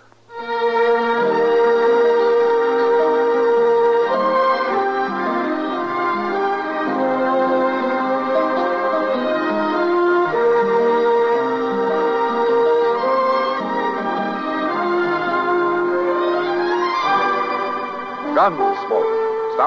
Gunsmoke,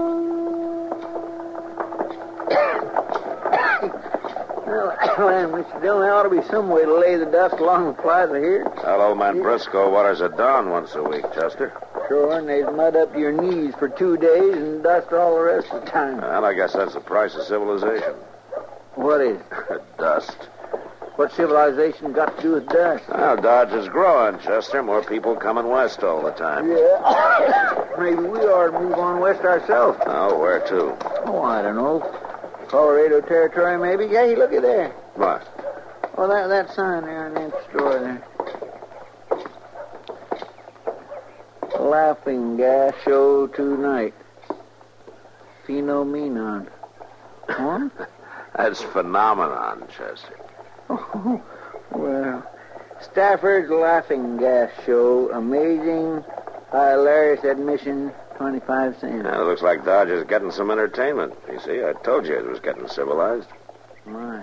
Well, well, Mr. Dillon, there ought to be some way to lay the dust along the plaza here. That old man Briscoe waters it down once a week, Chester. Sure, and there's mud up to your knees for two days and dust all the rest of the time. And I guess that's the price of civilization. What is? Dust. What civilization got to do with dust? Well, Dodge is growing, Chester. More people coming west all the time. Yeah. Maybe we ought to move on west ourselves. Oh, where to? Oh, I don't know. Colorado Territory, maybe. Yeah, look at there. What? Well, that, that sign there on that store there. Laughing gas show tonight. Phenomenon. Huh? That's phenomenon, Chester. well, Stafford's laughing gas show. Amazing, hilarious admission, 25 cents. Yeah, it looks like Dodge is getting some entertainment. You see, I told you it was getting civilized. My.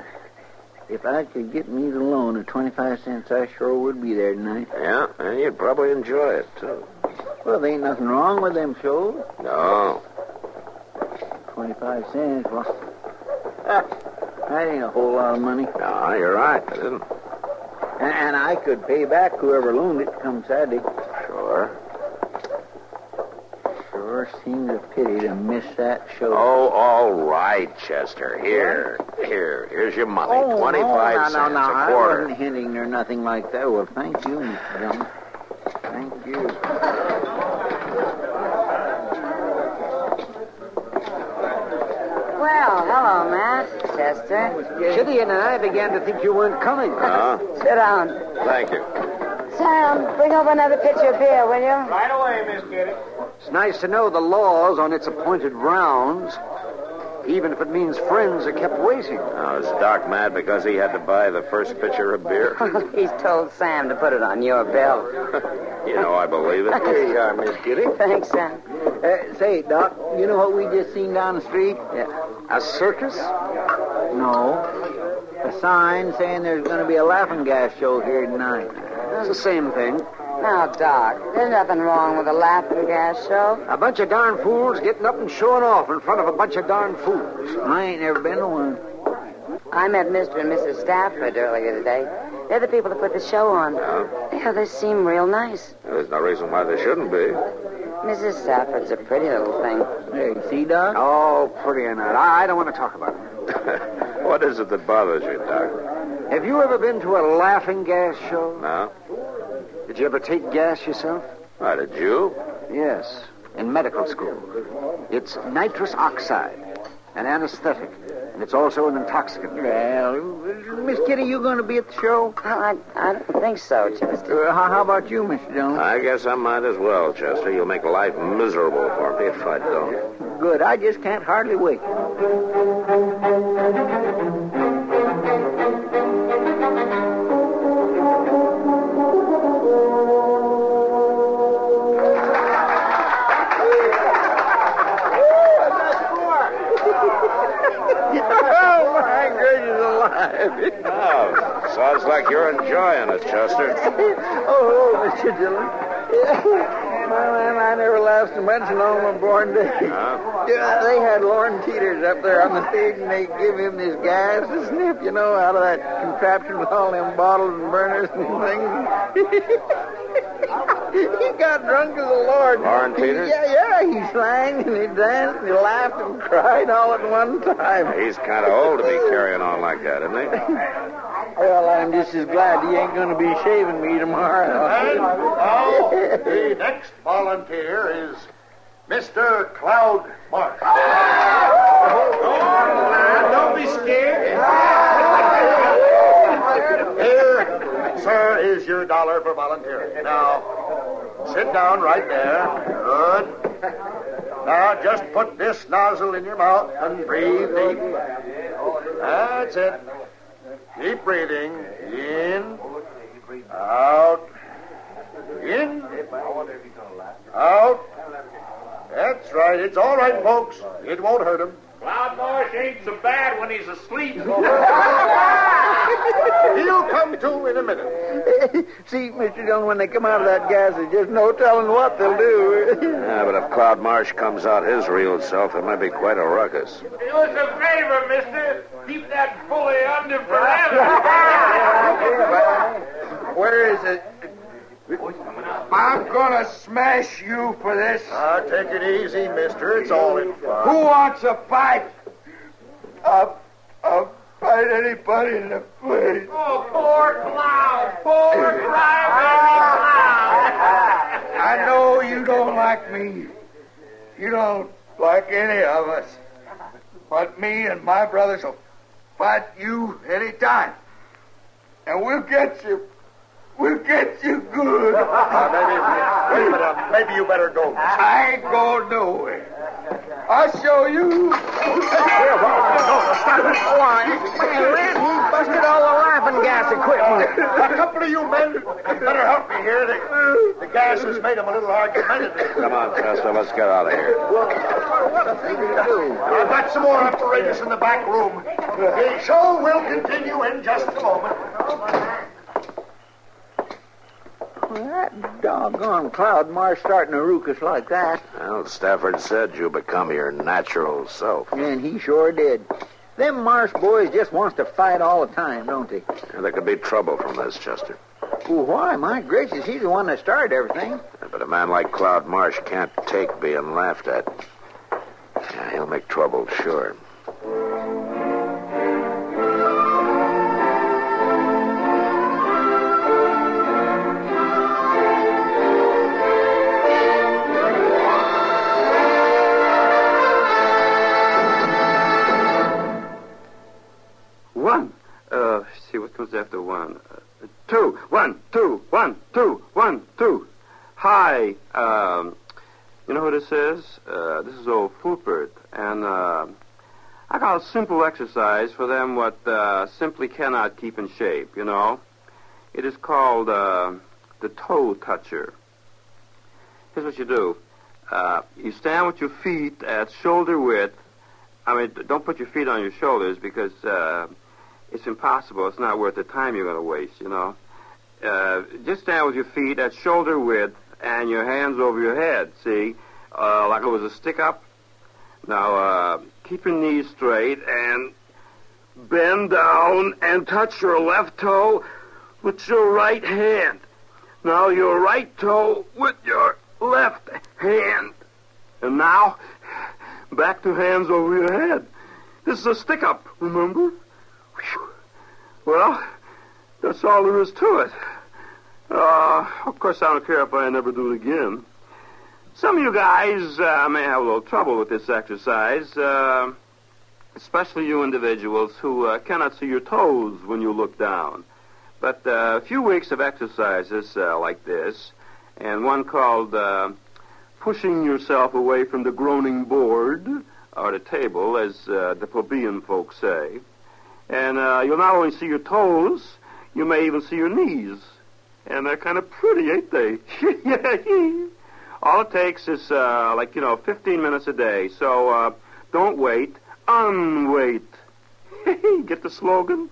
If I could get me the loan of 25 cents, I sure would be there tonight. Yeah, and you'd probably enjoy it, too. Well, there ain't nothing wrong with them shows. No. 25 cents, well. that ain't a whole lot of money. No, you're right. I didn't. And, and I could pay back whoever loaned it come Saturday. Sure. Sure seems a pity to miss that show. Oh, all right, Chester. Here, here, here's your money. Oh, no, Twenty-five no, cents no, no, a I quarter. wasn't hinting or nothing like that. Well, thank you, Mr. Dillon. Thank you. Well, hello, Manchester. Kitty and I began to think you weren't coming. Huh? Sit down. Thank you. Sam, bring over another pitcher of beer, will you? Right away, Miss Kitty. It's nice to know the laws on its appointed rounds, even if it means friends are kept waiting. Now, is Doc mad because he had to buy the first pitcher of beer? He's told Sam to put it on your bill. you know, I believe it. Here you are, Miss Kitty. Thanks, Sam. Uh, say, Doc, you know what we just seen down the street? A circus? No. A sign saying there's going to be a laughing gas show here tonight. It's the same thing. Now, Doc, there's nothing wrong with a laughing gas show. A bunch of darn fools getting up and showing off in front of a bunch of darn fools. I ain't never been to one. I met Mr. and Mrs. Stafford earlier today. They're the people that put the show on. Yeah, they seem real nice. There's no reason why they shouldn't be. Mrs. Stafford's a pretty little thing. Hey, see, Doc? Oh, pretty or not. I, I don't want to talk about it. what is it that bothers you, Doc? Have you ever been to a laughing gas show? No? Did you ever take gas yourself? Why, did you? Yes, in medical school. It's nitrous oxide, an anesthetic, and it's also an intoxicant. Well, Miss Kitty, you going to be at the show? Well, I, I don't think so, Uh, Chester. how, how about you, Mr. Dillon? I guess I might as well, Chester. You'll make life miserable for me if I don't. Good. I just can't hardly wait. Oh, sounds like you're enjoying it, Chester. Oh, Mr. Dillon. my man, I never laughed so much in all my born days. Huh? Yeah, they had Lauren Teeters up there on the stage, and they give him this gas to sniff, you know, out of that contraption with all them bottles and burners and things. He got drunk as a lord. Lauren Peters? Yeah, yeah. He sang and he danced and he laughed and cried all at one time. He's kind of old to be carrying on like that, isn't he? Well, I'm just as glad he ain't going to be shaving me And oh, tomorrow. now, the next volunteer is Mr. Cloud Marsh. Oh, Don't be scared. Here, sir, is your dollar for volunteering. Now, sit down right there. Good. Now, just put this nozzle in your mouth and breathe deep. That's it. Keep breathing. In. Out. In. Out. That's right. It's all right, folks. It won't hurt him. Cloud Marsh ain't so bad when he's asleep. He'll come to in a minute. See, Mr. Dillon, when they come out of that gas, there's just no telling what they'll do. Yeah, but if Cloud Marsh comes out his real self, it might be quite a ruckus. Do us a favor, mister. Keep that bully under forever. Where is it? I'm gonna smash you for this. Ah, take it easy, mister. It's all in fun. Who wants a fight? I'll, I'll fight anybody in the place. oh, poor Cloud. Poor Cloud. I know you don't like me. You don't like any of us. But me and my brothers will fight you any time. And we'll get you. We'll get you good. Ah, maybe, wait a minute. Maybe you better go. I ain't going nowhere. I'll show you. Who busted all the laughing gas equipment? A couple of you men, you better help me here. The, the gas has made him a little argumentative. Come on, Chester, let's get out of here. I've got some more apparatus in the back room. The show will continue in just a moment. That doggone cloud marsh starting to rook us like that. Well, Stafford said you become your natural self. And he sure did. Them marsh boys just wants to fight all the time, don't they? There could be trouble from this, Chester. Well, why? My gracious, he's the one that started everything. But a man like Cloud Marsh can't take being laughed at. Yeah, he'll make trouble, sure. One. Uh, see what comes after one. Uh, two. One, two, one, two, one, two. Hi. Um, you know who this is? Uh, this is old Fulpert, and uh, I got a simple exercise for them what uh, simply cannot keep in shape. You know, it is called uh, the toe toucher. Here's what you do. Uh, you stand with your feet at shoulder width. I mean, don't put your feet on your shoulders because uh, it's impossible. It's not worth the time you're going to waste, you know. Uh, just stand with your feet at shoulder width and your hands over your head, see? Uh, like it was a stick up. Now, uh, keep your knees straight and bend down and touch your left toe with your right hand. Now, your right toe with your left hand. And now, back to hands over your head. This is a stick up, remember? Phew. Well, that's all there is to it. Uh, of course, I don't care if I never do it again. Some of you guys uh, may have a little trouble with this exercise, uh, especially you individuals who uh, cannot see your toes when you look down. But uh, a few weeks of exercises uh, like this, and one called uh, pushing yourself away from the groaning board or the table, as uh, the plebeian folks say. And uh, you'll not only see your toes, you may even see your knees. And they're kind of pretty, ain't they? All it takes is, uh, like, you know, 15 minutes a day. So uh, don't wait, unwait. Get the slogan?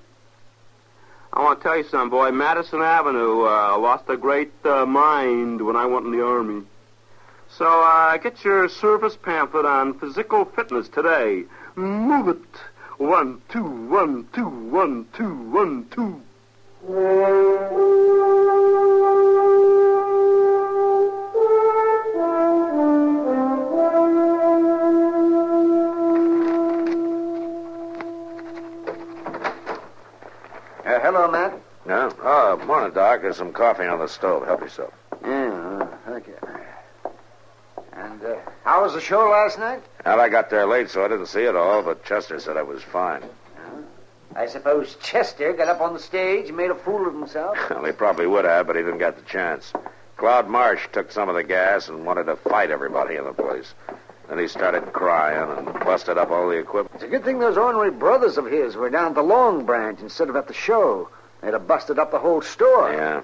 I want to tell you something, boy. Madison Avenue uh, lost a great uh, mind when I went in the Army. So uh, get your service pamphlet on physical fitness today. Move it. One, two, one, two, one, two, one, two. hello, Matt. No? Oh, morning, Doc. There's some coffee on the stove. Help yourself. Yeah, uh, okay. And uh, how was the show last night? Well, I got there late, so I didn't see it all, but Chester said I was fine. I suppose Chester got up on the stage and made a fool of himself. Well, he probably would have, but he didn't get the chance. Cloud Marsh took some of the gas and wanted to fight everybody in the place. Then he started crying and busted up all the equipment. It's a good thing those ornery brothers of his were down at the Long Branch instead of at the show. They'd have busted up the whole store. Yeah.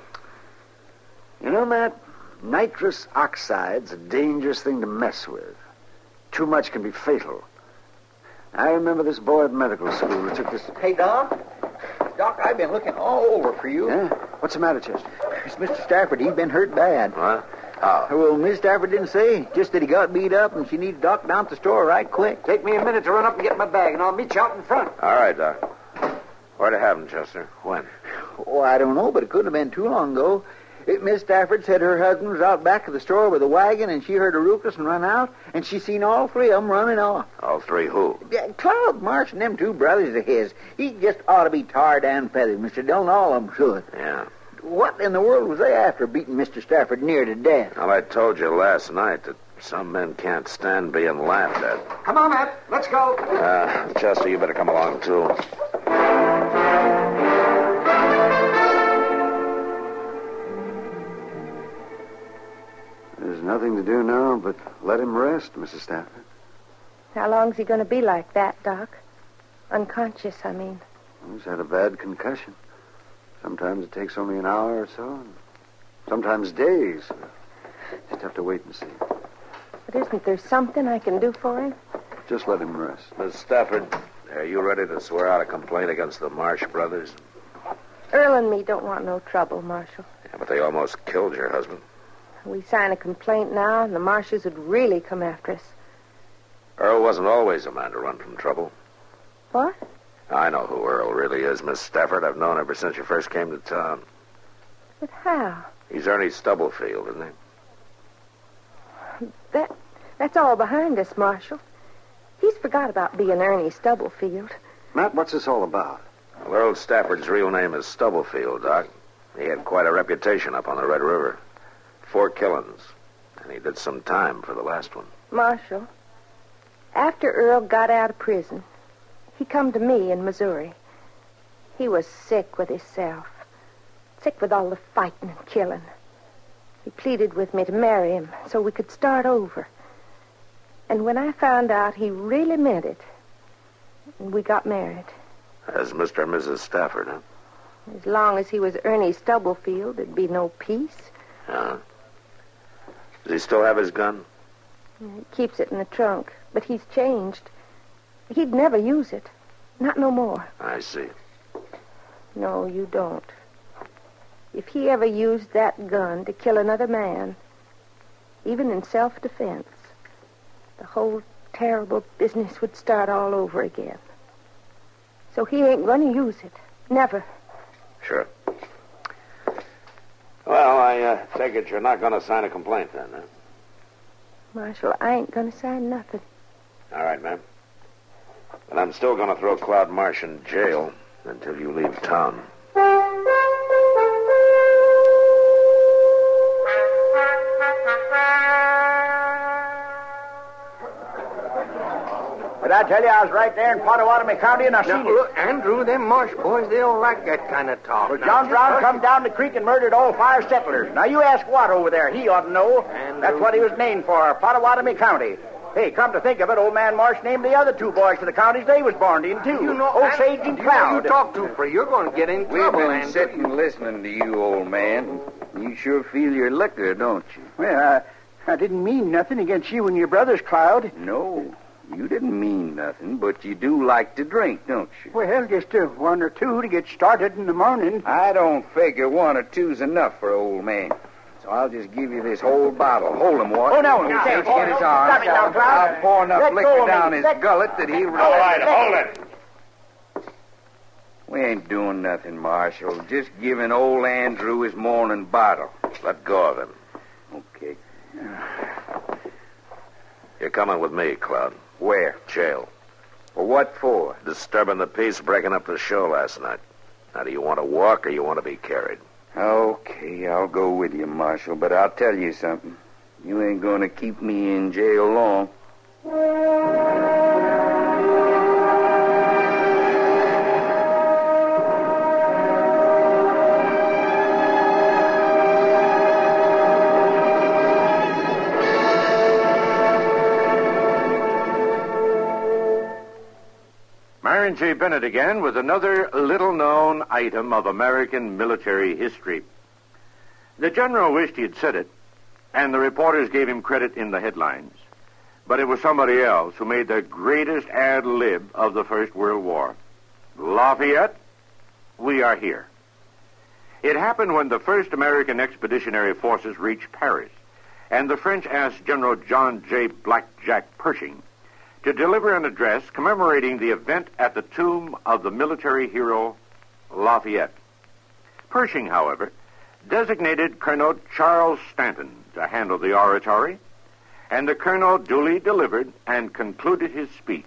You know, Matt, nitrous oxide's a dangerous thing to mess with. Too much can be fatal. I remember this boy at medical school who took this. Hey, Doc. Doc, I've been looking all over for you. Yeah? What's the matter, Chester? It's Mr. Stafford. He's been hurt bad. What? How? Well, Miss Stafford didn't say. Just that he got beat up and she needed Doc down at the store right quick. Take me a minute to run up and get my bag, and I'll meet you out in front. All right, Doc. Where'd it happen, Chester? When? Oh, I don't know, but it couldn't have been too long ago. It, Miss Stafford said her husband was out back of the store with a wagon, and she heard a ruckus and run out, and she seen all three of 'em running off. All three who? Yeah, Cloud Marsh and them two brothers of his. He just ought to be tarred and feathered, Mr. Dillon. All of 'em should. Yeah. What in the world was they after beating Mr. Stafford near to death? Well, I told you last night that some men can't stand being laughed at. Come on, Matt. Let's go. Uh, Chester, you better come along, too. There's nothing to do now but let him rest, Mrs. Stafford. How long's he going to be like that, Doc? Unconscious, I mean. He's had a bad concussion. Sometimes it takes only an hour or so, and sometimes days. Just have to wait and see. But isn't there something I can do for him? Just let him rest. Miss Stafford, are you ready to swear out a complaint against the Marsh brothers? Earl and me don't want no trouble, Marshal. Yeah, but they almost killed your husband. We sign a complaint now, and the Marshes would really come after us. Earl wasn't always a man to run from trouble. What? I know who Earl really is, Miss Stafford. I've known ever since you first came to town. But how? He's Ernie Stubblefield, isn't he? That that's all behind us, Marshal. He's forgot about being Ernie Stubblefield. Matt, what's this all about? Well, Earl Stafford's real name is Stubblefield, Doc. He had quite a reputation up on the Red River. Four killings. And he did some time for the last one. Marshal, after Earl got out of prison, he come to me in Missouri. He was sick with hisself, sick with all the fighting and killing. He pleaded with me to marry him so we could start over. And when I found out he really meant it, we got married. As Mr. and Mrs. Stafford, huh? As long as he was Ernie Stubblefield, there'd be no peace. Uh-huh. Does he still have his gun? He keeps it in the trunk, but he's changed. He'd never use it. Not no more. I see. No, you don't. If he ever used that gun to kill another man, even in self defense, the whole terrible business would start all over again. So he ain't going to use it. Never. Sure. Well, I uh, take it you're not going to sign a complaint then, huh? Marshal, I ain't going to sign nothing. All right, ma'am. But I'm still going to throw Cloud Marsh in jail until you leave town. But I tell you, I was right there in Pottawatomie County, and I seen it. Andrew, them Marsh boys, they don't like that kind of talk. Well, John Brown come down the creek and murdered all five settlers. Now, you ask Watt over there. He ought to know. And That's who- what he was named for, Pottawatomie County. Hey, come to think of it, old man Marsh named the other two boys for the counties they was born in, too. You know, Osage Andrew, and Oh, Cloud. You talk too free. You're going to get in trouble, Andrew. listening to you, old man. You sure feel your liquor, don't you? Well, I, I didn't mean nothing against you and your brothers, Cloud. No, you didn't mean nothing, but you do like to drink, don't you? Well, just uh, one or two to get started in the morning. I don't figure one or two's enough for old man. So I'll just give you this whole bottle. Hold him, Watson. Oh, no, you He'll can't. get his arm. Stop it now, Cloud. I'll pour enough Let go liquor of me. down his Let- gullet that he'll... All right, hold it. We ain't doing nothing, Marshal. Just giving old Andrew his morning bottle. Let go of him. Okay. You're coming with me, Cloud. Where? Jail. For what for? Disturbing the peace, breaking up the show last night. Now, do you want to walk or you want to be carried? Okay, I'll go with you, Marshal, but I'll tell you something. You ain't going to keep me in jail long. Myron J. Bennett again with another little known item of American military history. The general wished he had said it, and the reporters gave him credit in the headlines. But it was somebody else who made the greatest ad lib of the First World War. Lafayette, we are here. It happened when the first American expeditionary forces reached Paris, and the French asked General John J. Blackjack Pershing to deliver an address commemorating the event at the tomb of the military hero Lafayette. Pershing, however, designated Colonel Charles Stanton to handle the oratory, and the colonel duly delivered and concluded his speech.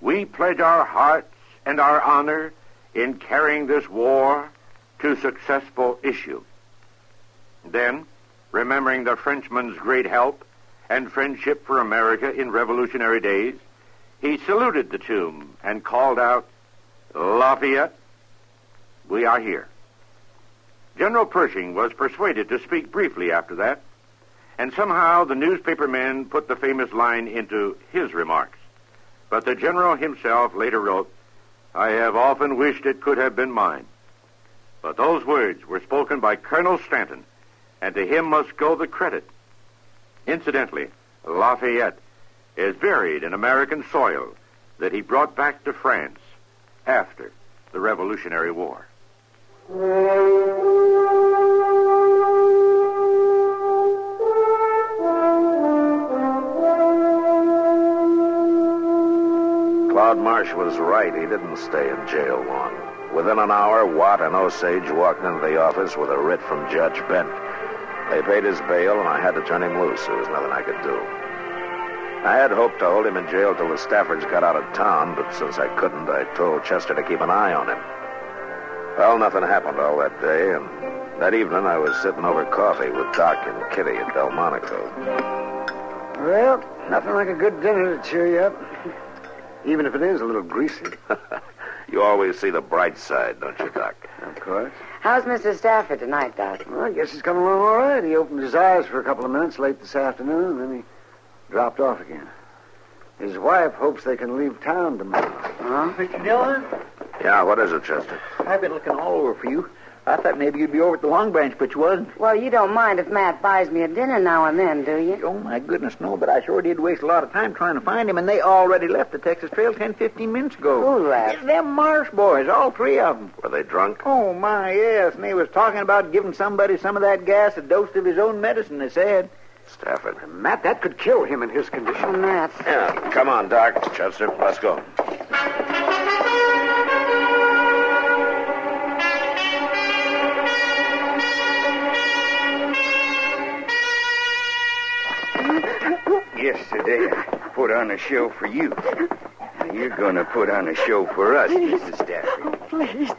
We pledge our hearts and our honor in carrying this war to successful issue. Then, remembering the Frenchman's great help, and friendship for America in revolutionary days, he saluted the tomb and called out, Lafayette, we are here. General Pershing was persuaded to speak briefly after that, and somehow the newspaper men put the famous line into his remarks. But the general himself later wrote, I have often wished it could have been mine. But those words were spoken by Colonel Stanton, and to him must go the credit. Incidentally, Lafayette is buried in American soil that he brought back to France after the Revolutionary War. Claude Marsh was right. He didn't stay in jail long. Within an hour, Watt and Osage walked into the office with a writ from Judge Bent. They paid his bail, and I had to turn him loose. There was nothing I could do. I had hoped to hold him in jail till the Staffords got out of town, but since I couldn't, I told Chester to keep an eye on him. Well, nothing happened all that day, and that evening I was sitting over coffee with Doc and Kitty at Delmonico. Well, nothing like a good dinner to cheer you up. Even if it is a little greasy. You always see the bright side, don't you, Doc? Of course. How's Mr. Stafford tonight, Doc? Well, I guess he's coming along all right. He opened his eyes for a couple of minutes late this afternoon, then he dropped off again. His wife hopes they can leave town tomorrow. Huh? Mr. Dillon, Yeah, what is it, Chester? I've been looking all over for you. I thought maybe you'd be over at the Long Branch, but you wasn't. Well, you don't mind if Matt buys me a dinner now and then, do you? Oh, my goodness, no, but I sure did waste a lot of time trying to find him, and they already left the Texas Trail ten, fifteen minutes ago. Who left? It's them Marsh boys, all three of them. Were they drunk? Oh, my, yes, and they was talking about giving somebody some of that gas, a dose of his own medicine, they said. Stafford. Matt, that could kill him in his condition. Oh, Matt. Yeah, come on, Doc. Chester, let's go. Yesterday, I put on a show for you. Now You're going to put on a show for us, Mrs. Stafford. Please.